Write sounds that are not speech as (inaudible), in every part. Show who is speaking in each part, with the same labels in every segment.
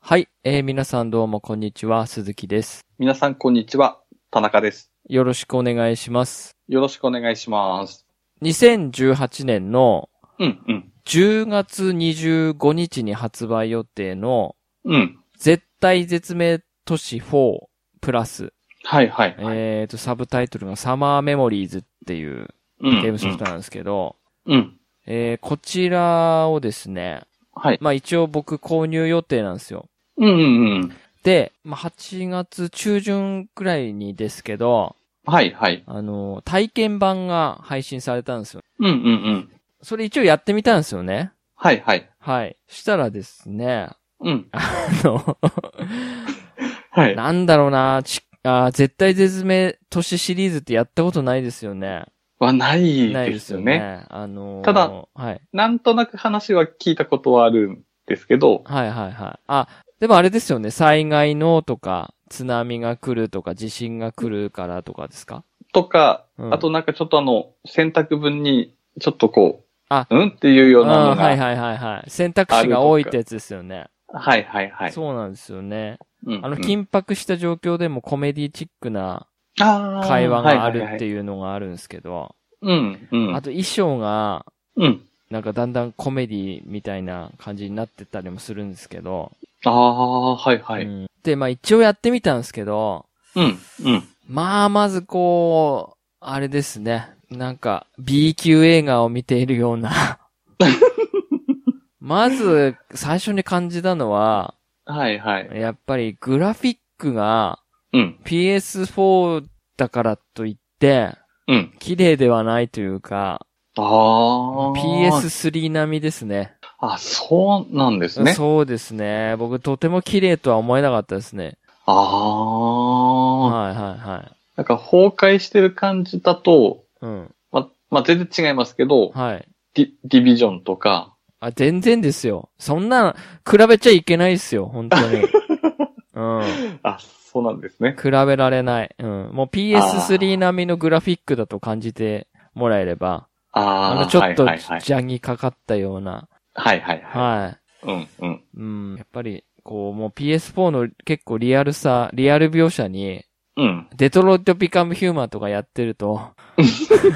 Speaker 1: はい、えー皆さんどうもこんにちは、鈴木です。
Speaker 2: 皆さん、こんにちは。田中です。
Speaker 1: よろしくお願いします。
Speaker 2: よろしくお願いします。
Speaker 1: 2018年の
Speaker 2: うん、うん、
Speaker 1: 10月25日に発売予定の
Speaker 2: うん。
Speaker 1: 絶対絶命都市4プラス、
Speaker 2: はい、はい。はい
Speaker 1: えーと、サブタイトルがサマーメモリーズっていう
Speaker 2: うん
Speaker 1: ゲームソフトなんですけど、
Speaker 2: うん。うん。
Speaker 1: えーこちらをですね、
Speaker 2: はい。
Speaker 1: まあ一応僕購入予定なんですよ。
Speaker 2: うん、うん、うん。
Speaker 1: で、まあ8月中旬くらいにですけど、
Speaker 2: はい、はい。
Speaker 1: あの、体験版が配信されたんですよ。
Speaker 2: うん、うん、うん。
Speaker 1: それ一応やってみたんですよね。
Speaker 2: はい、はい。
Speaker 1: はい。したらですね、
Speaker 2: うん。
Speaker 1: あの、 (laughs)
Speaker 2: はい。
Speaker 1: なんだろうな、ちあー絶対絶命都市シリーズってやったことないですよね。
Speaker 2: はない
Speaker 1: ないで
Speaker 2: ですす
Speaker 1: よ
Speaker 2: よ
Speaker 1: ね。
Speaker 2: ね。
Speaker 1: あのー
Speaker 2: ただ、
Speaker 1: はい。
Speaker 2: なんとなく話は聞いたことはあるんですけど、
Speaker 1: はいはいはい。あ、でもあれですよね、災害のとか、津波が来るとか、地震が来るからとかですか
Speaker 2: とか、
Speaker 1: うん
Speaker 2: あとなんかちょっとあの、選択文に、ちょっとこう、
Speaker 1: あ
Speaker 2: うんっていう
Speaker 1: あ
Speaker 2: ような
Speaker 1: ー
Speaker 2: のが。
Speaker 1: はいはいはいはい。選択肢が多いってやつですよね。
Speaker 2: はい、はい、はい。
Speaker 1: そうなんですよね。
Speaker 2: うんうん
Speaker 1: あの、緊迫した状況でもコメディチックな
Speaker 2: あー
Speaker 1: 会話があるって
Speaker 2: はい
Speaker 1: いうのがあるんですけど、
Speaker 2: はいはいうん、うん。
Speaker 1: あと衣装が、
Speaker 2: うん。
Speaker 1: なんかだんだんコメディみたいな感じになってったりもするんですけど、
Speaker 2: ああ、はい、は
Speaker 1: う
Speaker 2: い。
Speaker 1: んで、まあ一応やってみたんですけど、
Speaker 2: うん、うん。
Speaker 1: まあまずこう、あれですね、なんか B 級映画を見ているよう
Speaker 2: (laughs)
Speaker 1: な、まず最初に感じたのは、
Speaker 2: はいはい。
Speaker 1: やっぱりグラフィックが
Speaker 2: うん、
Speaker 1: PS4 だからといって、
Speaker 2: うん。
Speaker 1: 綺麗ではないというか、
Speaker 2: ああ。。
Speaker 1: PS3 並みですね。
Speaker 2: あ、そうなんですね。
Speaker 1: そうですね。僕とても綺麗とは思えなかったですね。
Speaker 2: ああ。
Speaker 1: はいはいはい。
Speaker 2: なんか崩壊してる感じだと、
Speaker 1: うん。
Speaker 2: ま、まあ、全然違いますけど、
Speaker 1: はい。
Speaker 2: ディディビジョンとか、
Speaker 1: あ、全然ですよ。そんな、比べちゃいけないですよ、本当
Speaker 2: (laughs)
Speaker 1: に。うん。
Speaker 2: あ、そうなんですね。
Speaker 1: 比べられない。うん。もう PS3 並みのグラフィックだと感じてもらえれば、あ
Speaker 2: ああ、
Speaker 1: の、ちょ
Speaker 2: は
Speaker 1: っ
Speaker 2: い
Speaker 1: と
Speaker 2: はい
Speaker 1: ジ
Speaker 2: はい。
Speaker 1: ャンにかかったような。
Speaker 2: はいはいは。
Speaker 1: はい
Speaker 2: うんうん。
Speaker 1: い。うん。やっぱり、こう、もう PS4 の結構リアルさ、リアル描写に、
Speaker 2: うん。
Speaker 1: デトロイト・ビカム・ヒューマンとかやってると、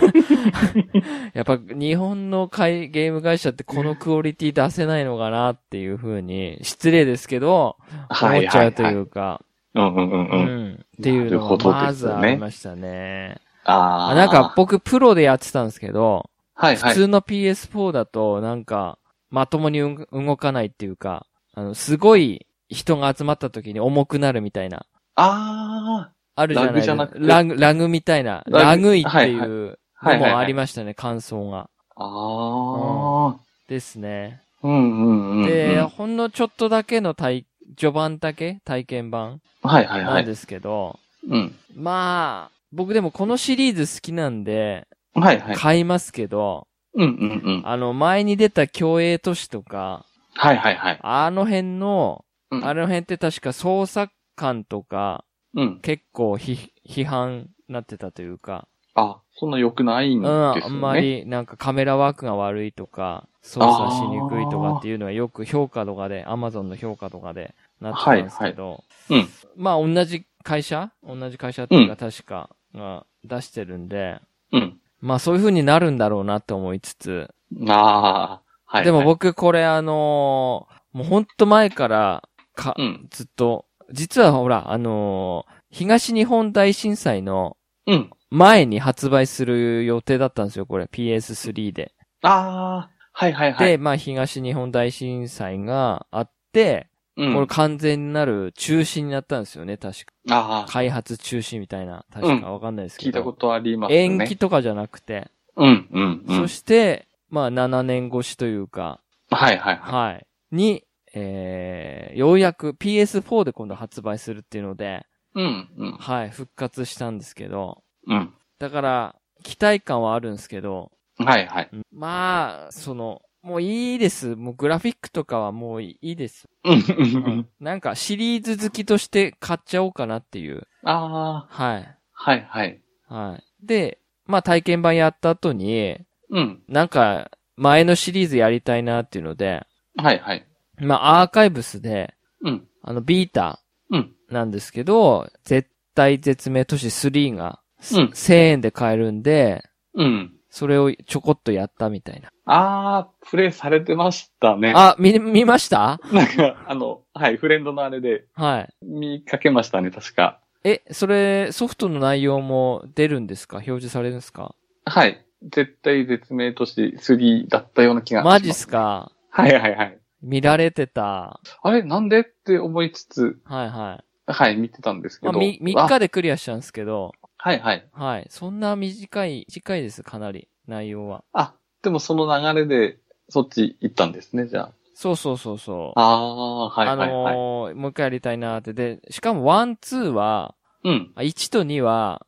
Speaker 2: (laughs)
Speaker 1: やっぱ日本の会ゲーム会社ってこのクオリティ出せないのかなっていう風に、失礼ですけど、
Speaker 2: は
Speaker 1: 思っ
Speaker 2: い
Speaker 1: ちゃ
Speaker 2: は
Speaker 1: う
Speaker 2: い
Speaker 1: と
Speaker 2: はい
Speaker 1: い。うか、
Speaker 2: うんうんうん
Speaker 1: う
Speaker 2: うん。
Speaker 1: ん。っていう
Speaker 2: なる
Speaker 1: の
Speaker 2: ほど
Speaker 1: が
Speaker 2: です
Speaker 1: ま
Speaker 2: ね
Speaker 1: ずありましたね。
Speaker 2: あ
Speaker 1: あ
Speaker 2: あ。
Speaker 1: なんか、僕プロでやってたんですけど、
Speaker 2: はいは
Speaker 1: 普
Speaker 2: い。
Speaker 1: 通の PS4 だとなんか、まともにうん動かないっていうか、あの、すごい人が集まった時に重くなるみたいな。
Speaker 2: あ
Speaker 1: あるじゃないですか。
Speaker 2: ラグじゃなくて
Speaker 1: ラグ、ラグみたいな。
Speaker 2: ラグ
Speaker 1: ラグイっていう
Speaker 2: はい
Speaker 1: の
Speaker 2: はいはいはい
Speaker 1: もありましたね、感想が。
Speaker 2: あ。ああ。
Speaker 1: ですね。
Speaker 2: うんうんうんうん。
Speaker 1: で、ほんのちょっとだけの体、序盤だけ体験版
Speaker 2: はいはいは
Speaker 1: なん
Speaker 2: い。
Speaker 1: ですけど、
Speaker 2: うん。
Speaker 1: まあ、僕でもこのシリーズ好きなんで、
Speaker 2: はいはい。
Speaker 1: 買いますけど、
Speaker 2: うんうんうん。
Speaker 1: あの、前に出た競泳都市とか、
Speaker 2: はいはいはい。
Speaker 1: あの辺の、
Speaker 2: うん
Speaker 1: あの辺って確か捜査官とか、
Speaker 2: うん。
Speaker 1: 結構ひ批判なってたというか、
Speaker 2: あ、そんな良くないん
Speaker 1: う
Speaker 2: で
Speaker 1: ん、
Speaker 2: すよね。
Speaker 1: あんま。りなんかカメラワークが悪いとか、操作しにくいとかっていうのはよく評価とかで、アマゾンの評価とかでなってたんですけど、
Speaker 2: はいうん
Speaker 1: まあ同じ会社同じ会社っていう
Speaker 2: う
Speaker 1: か確かが出してるんで、
Speaker 2: うん。
Speaker 1: まあそういう風になるんだろうなって思いつつ、
Speaker 2: ああ、はい。
Speaker 1: でも、僕これあのーもうほんと前からか、
Speaker 2: うん。
Speaker 1: ずっと、実はほら、あのー東日本大震災の
Speaker 2: うん。
Speaker 1: 前に発売する予定だったんですよ、これ PS3 で。
Speaker 2: ああ、はいはいはい。
Speaker 1: で、まあ、東日本大震災があって、
Speaker 2: うん、
Speaker 1: これ完全になる中止になったんですよね、確か。
Speaker 2: ああ、
Speaker 1: 開発中止みたいな、確かわかんないですけど。
Speaker 2: 聞いたことありますね。
Speaker 1: 延期とかじゃなくて、
Speaker 2: うんうんうん。
Speaker 1: そして、まあ、7年越しというか、
Speaker 2: はいはいは
Speaker 1: は
Speaker 2: い。
Speaker 1: い。に、えー、ようやく PS4 で今度発売するっていうので、
Speaker 2: うんうん
Speaker 1: はい、復活したんですけど、
Speaker 2: うん。
Speaker 1: だから、期待感はあるんですけど、
Speaker 2: はいはい。
Speaker 1: うんまあ、その、もういいです。もうグラフィックとかはもういいです。
Speaker 2: うんうんうん。
Speaker 1: なんかシリーズ好きとして買っちゃおうかなっていう。
Speaker 2: ああ、
Speaker 1: はい。
Speaker 2: はいはい。
Speaker 1: はい。で、まあ体験版やった後に、
Speaker 2: うん。
Speaker 1: なんか前のシリーズやりたいなっていうので、
Speaker 2: はいはい。
Speaker 1: まあアーカイブスで、
Speaker 2: うん。
Speaker 1: あの、ビータ
Speaker 2: うん。
Speaker 1: なんですけど、絶対絶命都市3が、
Speaker 2: うん
Speaker 1: 1000円で買えるんで、
Speaker 2: うん。
Speaker 1: それをちょこっとやったみたいな。
Speaker 2: あー、プレイされてましたね。
Speaker 1: あ、見、見ました
Speaker 2: なんか、あの、はい、フレンドのあれで
Speaker 1: はい。
Speaker 2: 見かけましたね、確か。
Speaker 1: え、それ、ソフトの内容も出るんですか表示されるんですか
Speaker 2: はい。絶対絶命都市3だったような気がしま
Speaker 1: マ
Speaker 2: す。
Speaker 1: ジっす
Speaker 2: か
Speaker 1: か
Speaker 2: はいはいはい。
Speaker 1: 見られてた。
Speaker 2: あれ、なんでって思いつつ、
Speaker 1: はいは
Speaker 2: はい、見てたんです
Speaker 1: い。
Speaker 2: け
Speaker 1: ま
Speaker 2: ど。
Speaker 1: あ、み、3日でクリアしたんですけど、
Speaker 2: あはいはい。
Speaker 1: はい。そんな短い、短いです、かなり、内容は。
Speaker 2: あ、でもその流れで、そっち行ったんですね、じゃ
Speaker 1: そうそうそうそう。
Speaker 2: あ。あー、はいはいはい。
Speaker 1: あのーもう一回やりたいなーって。で、しかも1、2は、
Speaker 2: うん。
Speaker 1: あ1と2は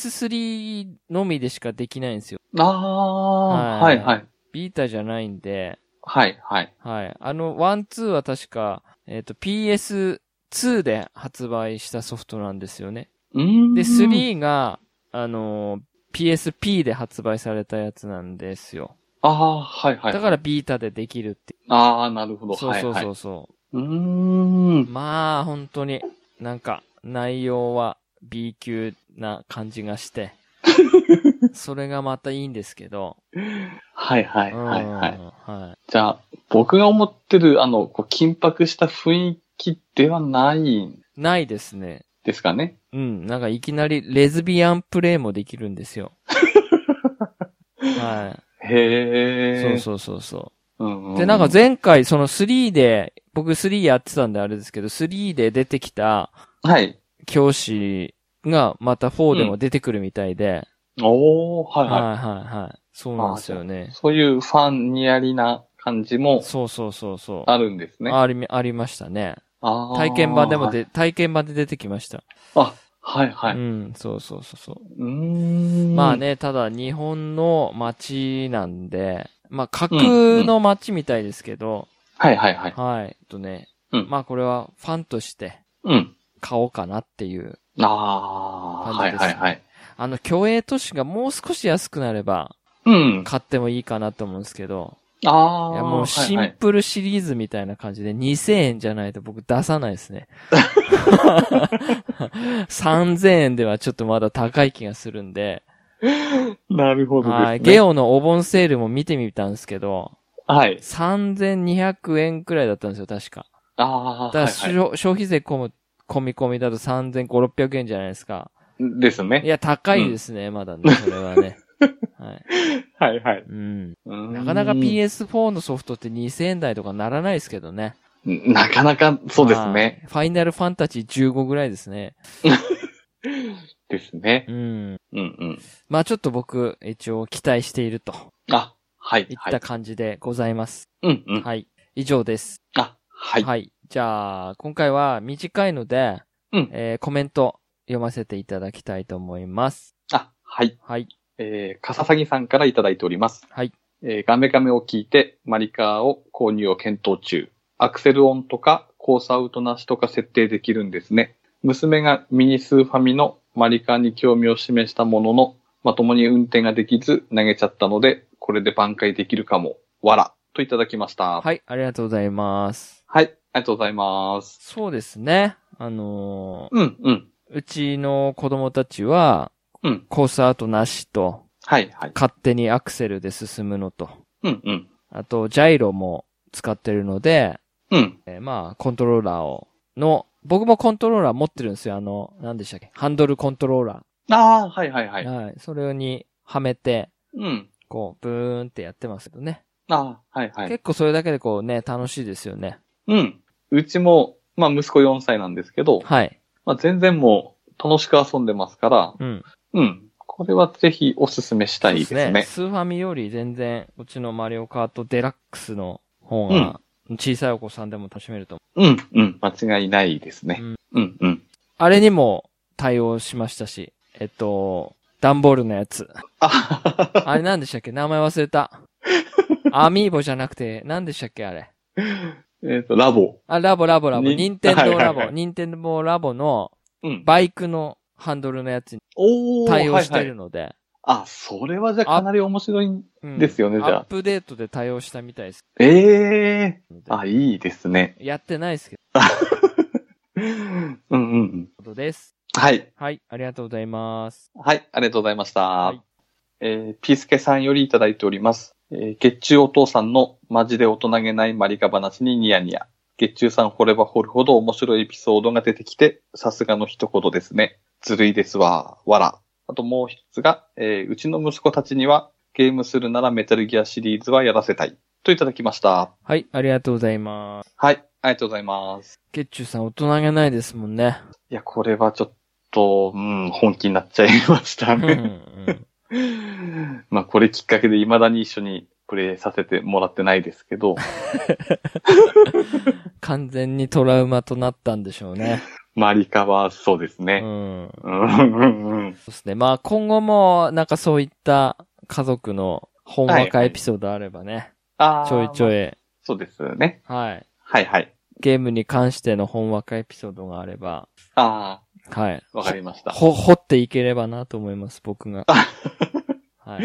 Speaker 1: PS3 のみでしかできないんですよ。
Speaker 2: あー、
Speaker 1: は
Speaker 2: はいいはい。
Speaker 1: ビータじゃないんで、
Speaker 2: はいはい。
Speaker 1: はい。あの、1、2は確か、えっ、と、PS2 で発売したソフトなんですよね。
Speaker 2: うーん。
Speaker 1: で、。3が、あのー PSP で発売されたやつなんですよ。
Speaker 2: あー、はいはい。
Speaker 1: だから、ビータでできるって。
Speaker 2: あー、なるほど。
Speaker 1: そうそう
Speaker 2: はい
Speaker 1: そ。
Speaker 2: はいう
Speaker 1: そう
Speaker 2: ーん。
Speaker 1: まあ、本当に、なんか、内容は B 級な感じが
Speaker 2: (laughs)
Speaker 1: して、それがまたいいんですけど、
Speaker 2: はいは
Speaker 1: はい
Speaker 2: はいはい。
Speaker 1: はい。
Speaker 2: じゃあ、僕が思ってる、あの、こう緊迫した雰囲気ではないん
Speaker 1: ないですね。
Speaker 2: ですかね。
Speaker 1: うん、なんかいきなりレズビアンプレイもできるんですよ。は
Speaker 2: (laughs)
Speaker 1: い。
Speaker 2: へえ。
Speaker 1: そうそうそうそ
Speaker 2: うんうんう
Speaker 1: う。で、なんか、前回その3で、僕3やってたんであれですけど、3で出てきた
Speaker 2: はい。
Speaker 1: 教師がまた4でも出てくるみたいで、
Speaker 2: おー、はい
Speaker 1: はい
Speaker 2: は
Speaker 1: はいはい。そうなんですよね
Speaker 2: い。。そういうファンニアリな感じも
Speaker 1: そうそうそうそう。
Speaker 2: あるんですね。
Speaker 1: あり、ありましたね。
Speaker 2: あー
Speaker 1: 体験版でもで、体験版で出てきました。
Speaker 2: はいは
Speaker 1: う
Speaker 2: い。
Speaker 1: ん、そうそうそうそう。
Speaker 2: うーん。
Speaker 1: まあ。ね、ただ日本の街なんで、まあ架空の街みたいですけど、
Speaker 2: はいはいはい。
Speaker 1: はい。えっとね、
Speaker 2: うん
Speaker 1: まあこれはファンとして
Speaker 2: うん。
Speaker 1: 買おうかなっていう。
Speaker 2: あー、
Speaker 1: 感
Speaker 2: は
Speaker 1: じ
Speaker 2: い
Speaker 1: です
Speaker 2: はいはい。
Speaker 1: あの、競営都市がもう少し安くなれば
Speaker 2: うん。
Speaker 1: 買ってもいいかなと思うんですけど、
Speaker 2: あー。
Speaker 1: いやもうシ
Speaker 2: はいは
Speaker 1: ン
Speaker 2: い
Speaker 1: プルシリーズみたいな感じで2000円じゃないと僕出さないです
Speaker 2: (laughs)
Speaker 1: ね。3000円ではちょっとまだ高い気がするんで、
Speaker 2: なるほどですね。
Speaker 1: はい。ゲオのお盆セールも見てみたんですけど、
Speaker 2: はい。
Speaker 1: 3200円くらいだったんですよ、確か。
Speaker 2: あ
Speaker 1: だ
Speaker 2: ー、
Speaker 1: から、
Speaker 2: はいは
Speaker 1: 消消費税込む、込み込みだと3500、600円じゃないですか。
Speaker 2: い。です
Speaker 1: い
Speaker 2: ね。
Speaker 1: や、高いですね、まだね、それは
Speaker 2: (laughs)
Speaker 1: ね。はい。
Speaker 2: はいはい。
Speaker 1: うん。な
Speaker 2: な
Speaker 1: かなか PS4 のソフトって2000円台とかならないですけどね。
Speaker 2: なかなか、そうですね。
Speaker 1: はい。ファイナルファンタジー15ぐらいですね。
Speaker 2: ですね。
Speaker 1: うん。
Speaker 2: うんうん。
Speaker 1: まあちょっと僕、一応期待していると
Speaker 2: あ、はい
Speaker 1: い、っ
Speaker 2: は
Speaker 1: た
Speaker 2: い。
Speaker 1: 感じでございます。
Speaker 2: うんう
Speaker 1: はい。
Speaker 2: ん。
Speaker 1: 以上です。
Speaker 2: あ、はい。
Speaker 1: はい。じゃあ、今回は短いので、
Speaker 2: うん
Speaker 1: えーコメント読ませていただきたいと思います。
Speaker 2: あ、はい。
Speaker 1: はい。
Speaker 2: えー、かささぎさんからいただいております。
Speaker 1: はい。
Speaker 2: えー、ガメガメを聞いて、マリカーを購入を検討中。アクセルオンとか、コースアウトなしとか設定できるんですね。娘がミニスーファミのマリカーに興味を示したものの、まともに運転ができず投げちゃったので、これで挽回できるかも。わら。といただきました。
Speaker 1: はい、ありがとうございます。
Speaker 2: はい。ありがとうございます。
Speaker 1: そうですね。あの
Speaker 2: うん、うん。
Speaker 1: ーうちの子供たちは、
Speaker 2: うん
Speaker 1: コースアウトなしと、
Speaker 2: はい、はい。
Speaker 1: 勝手にアクセルで進むのと、
Speaker 2: うん、うん。
Speaker 1: あと、ジャイロも使ってるので、
Speaker 2: うん。
Speaker 1: えーまあ、コントローラーを、の、僕もコントローラー持ってるんですよ。あの、何でしたっけハンドルコントローラ
Speaker 2: ああ、はい、はい、は
Speaker 1: ー。
Speaker 2: い。
Speaker 1: はい。それにはめて、
Speaker 2: うん。
Speaker 1: こう、ブーンってやってますけどね。
Speaker 2: ああ、はい、はい。
Speaker 1: 結構それだけでこうね、楽しいですよね。
Speaker 2: うん。うちも、まあ息子4歳なんですけど、
Speaker 1: はい。
Speaker 2: まあ全然もう楽しく遊んでますから、
Speaker 1: うん。
Speaker 2: うん。これはぜひおすすめしたいで
Speaker 1: そ
Speaker 2: す
Speaker 1: う
Speaker 2: ね。
Speaker 1: スーファミより全然、うちのマリオカートデラックスの方が、小さいお子さんでも楽しめると思
Speaker 2: うん、うん。間違いないですね。うん、うん。
Speaker 1: う。あれにも対応しましたし、えっと、段ボールのやつ。
Speaker 2: あ、
Speaker 1: あれなんでしたっけ名前忘れ
Speaker 2: (laughs)
Speaker 1: た。アミーボじゃなくて、なんでしたっけあれ。
Speaker 2: えっと、ラボ。
Speaker 1: あ、ラボラボラボ。
Speaker 2: に
Speaker 1: ニンテンドーラ
Speaker 2: はいはい
Speaker 1: ボ。
Speaker 2: はい
Speaker 1: ニンテンドーラボの
Speaker 2: うん。
Speaker 1: バイクのハンドルのやつに
Speaker 2: おー
Speaker 1: 対応して
Speaker 2: はいは
Speaker 1: る
Speaker 2: い。
Speaker 1: ので。
Speaker 2: あ、それはじゃあかなり面白い。
Speaker 1: うん
Speaker 2: ですよねじゃあ
Speaker 1: アップデートで対応したみたいです
Speaker 2: ええ
Speaker 1: ので。
Speaker 2: あ、いいですね。
Speaker 1: やってないですけ
Speaker 2: うんうんうん。
Speaker 1: ことです。
Speaker 2: はい。
Speaker 1: はい、ありがとうございます。
Speaker 2: はい、ありがとうございました。
Speaker 1: はい
Speaker 2: えー、ピースケさんよりいただいております。えー、月中お父さんのマジで大人げないマリカ話にニヤニヤ。月中さん掘れば掘るほど面白いエピソードが出てきて、さすがの一言ですね。ずるいですわ。わら。あともう一つが、えー、うちの息子たちにはゲームするならメタルギアシリーズはやらせたい。といただきました。
Speaker 1: はい、ありがとうございます。
Speaker 2: はい、ありがとうございます。
Speaker 1: ケッチュさん大人げないですもんね。
Speaker 2: いや、これはちょっと、うん、本気になっちゃいました
Speaker 1: うん
Speaker 2: ね。 (laughs) まあこれきっかけで未だに一緒にプレイさせてもらってないですけ
Speaker 1: (laughs)
Speaker 2: ど、
Speaker 1: うん完全にトラウマとなったんでしょうね。
Speaker 2: マリカはそうです
Speaker 1: う
Speaker 2: ね。
Speaker 1: ん。
Speaker 2: うん、うん、うん。
Speaker 1: そうですね。まあ今後も、なんかそういった家族のほんわかエピソードあればね、
Speaker 2: あー
Speaker 1: ちょいちょ
Speaker 2: まあ
Speaker 1: い、
Speaker 2: そうですね。
Speaker 1: はい。
Speaker 2: はいはい。
Speaker 1: ゲームに関してのほんわかエピソードがあれば、
Speaker 2: あ
Speaker 1: はい。
Speaker 2: あ、わかりました。
Speaker 1: ほ、掘っていければなと思います、僕が。 (laughs) はい。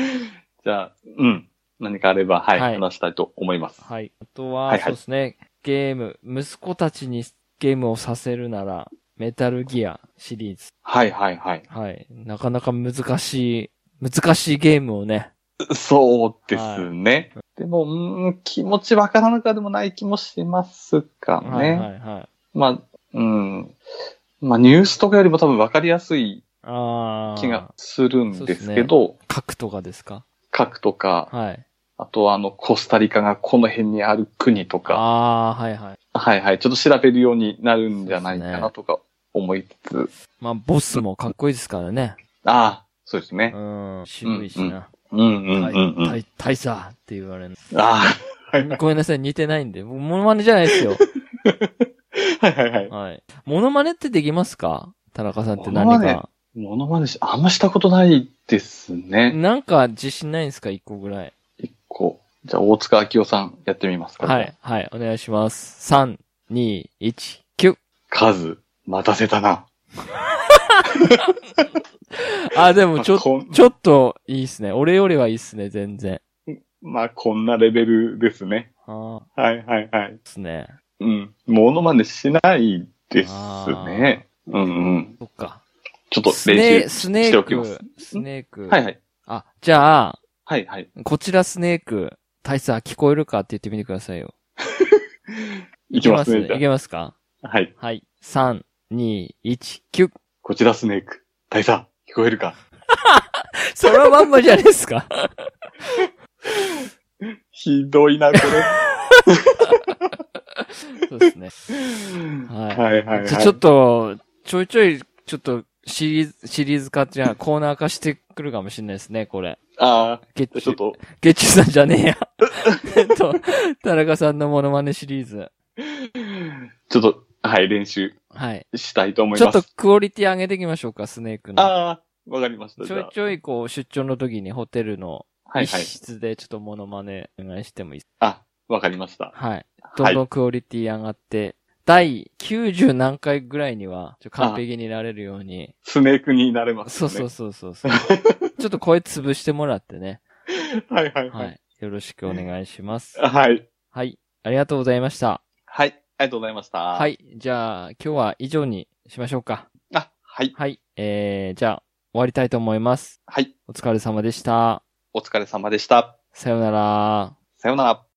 Speaker 2: じゃあ、うん。何かあれば、はい、
Speaker 1: はい
Speaker 2: 話したいと思います。
Speaker 1: はい。あとは、
Speaker 2: はいはい
Speaker 1: そうですね。ゲーム、息子たちにゲームをさせるなら、メタルギアシリーズ。
Speaker 2: はいはいはい。
Speaker 1: はい。なかなか難しい、難しいゲームをね。
Speaker 2: そうですね。でも、うん、気持ちわからなかでもない気もしますかね。
Speaker 1: はいはいはい。
Speaker 2: まあ、うん。まあニュースとかよりも多分わかりやすい
Speaker 1: あー。
Speaker 2: 気が。する
Speaker 1: あー
Speaker 2: ん
Speaker 1: そう
Speaker 2: で
Speaker 1: です
Speaker 2: す
Speaker 1: ね
Speaker 2: けど、
Speaker 1: 核とかですか
Speaker 2: 核とか、
Speaker 1: はい。
Speaker 2: あとはあの、コスタリカがこの辺にある国とか、
Speaker 1: あー、はいはい。
Speaker 2: はいはい、ちょっと調べるようになるんじゃないかなとか思いつつ、
Speaker 1: まあ、ボスもかっこいいですからね。
Speaker 2: ああ、そうです
Speaker 1: う
Speaker 2: ね。
Speaker 1: ん。渋いしな。
Speaker 2: うんうんうんう
Speaker 1: 大
Speaker 2: ん。
Speaker 1: 大佐って言われる。
Speaker 2: あ
Speaker 1: (laughs) ごめんなさい、似てないんで。もうモノマネじゃないです
Speaker 2: (laughs)
Speaker 1: よ。
Speaker 2: あ、はいはいは
Speaker 1: はい。モノマネってできますか田中さんって何
Speaker 2: モノマネ
Speaker 1: か。
Speaker 2: い。ものまねし、あんましたことないですね。
Speaker 1: なんか自信ないんですか一個ぐらい。
Speaker 2: 一個。じゃあ、大塚明夫さんやってみますか。
Speaker 1: はい。、はい、お願いします。3、2、1、9。
Speaker 2: 数、待たせたな。
Speaker 1: あ、でもちょ、
Speaker 2: まあこん
Speaker 1: ちょっといいっすね。俺よりはいいっすね、全然。
Speaker 2: まあ、こんなレベルですね。
Speaker 1: ああ、
Speaker 2: はいはいはい。
Speaker 1: ですね。
Speaker 2: うん。ものまねしないですね。うんうん。
Speaker 1: そっか。
Speaker 2: ちょっと
Speaker 1: ス
Speaker 2: 練
Speaker 1: ネ
Speaker 2: 習
Speaker 1: スネ
Speaker 2: して
Speaker 1: ー
Speaker 2: おきます
Speaker 1: ク。、スネーク。
Speaker 2: はいはい。
Speaker 1: あ、じゃあ、
Speaker 2: はいはい。
Speaker 1: こちらスネーク、大佐聞こえるかって言ってみてくださいよ。
Speaker 2: いきますね。
Speaker 1: い
Speaker 2: じ
Speaker 1: け
Speaker 2: ゃ
Speaker 1: ますか
Speaker 2: あはい。
Speaker 1: はい。3、2、1、9。
Speaker 2: こちらスネーク。大佐、聞こえるか
Speaker 1: そのまんまじゃないですか。
Speaker 2: ひどいな、こ
Speaker 1: (laughs) そうですね。
Speaker 2: れ。
Speaker 1: はい
Speaker 2: (laughs) はいはいはい。
Speaker 1: じゃあちょっと、ちょいちょい、ちょっと、シリーズ、シリーズ化っていうのはコーナー化してくるかもしれないですね、これ。
Speaker 2: あ
Speaker 1: ゲッ
Speaker 2: あ、ち
Speaker 1: チ
Speaker 2: ょっ
Speaker 1: ュ、
Speaker 2: と、
Speaker 1: ゲッチュさんじゃねえや。 (laughs) えっと、田中さんのモノマネシリーズ。
Speaker 2: ちょっと、はい、練習
Speaker 1: はい。
Speaker 2: したいと思い
Speaker 1: ちょ
Speaker 2: ま
Speaker 1: っと
Speaker 2: す。
Speaker 1: クオリティ上げていきましょうか、スネークの。
Speaker 2: ああ、わかりました。
Speaker 1: ち
Speaker 2: じゃ
Speaker 1: ょい
Speaker 2: あ
Speaker 1: ちょい、こう、出張の時にホテルの
Speaker 2: はい
Speaker 1: 一
Speaker 2: はい。
Speaker 1: 室でちょっとモノマネお願いしてもいいです
Speaker 2: あ、わかりまし
Speaker 1: か
Speaker 2: た。
Speaker 1: はい。ど
Speaker 2: は
Speaker 1: んど
Speaker 2: い。
Speaker 1: んクオリティ上がって、第90何回ぐらいには、ちょっと完璧になれるように。
Speaker 2: スネークになれます
Speaker 1: そ
Speaker 2: ね。
Speaker 1: うそうそうそうそう。 (laughs) ちょっと声潰してもらってね。
Speaker 2: はいはいは。
Speaker 1: はいい。よろしくお願いします。
Speaker 2: はい。
Speaker 1: はい。ありがとうございました。
Speaker 2: はい。ありがとうございました。
Speaker 1: は。い。じゃあ、今日は以上にしましょうか。
Speaker 2: あ、はい。
Speaker 1: はい。えー、じゃあ、終わりたいと思います。
Speaker 2: はい。
Speaker 1: お疲れ様でした。
Speaker 2: お疲れ様でした。
Speaker 1: さようなら。
Speaker 2: さようなら。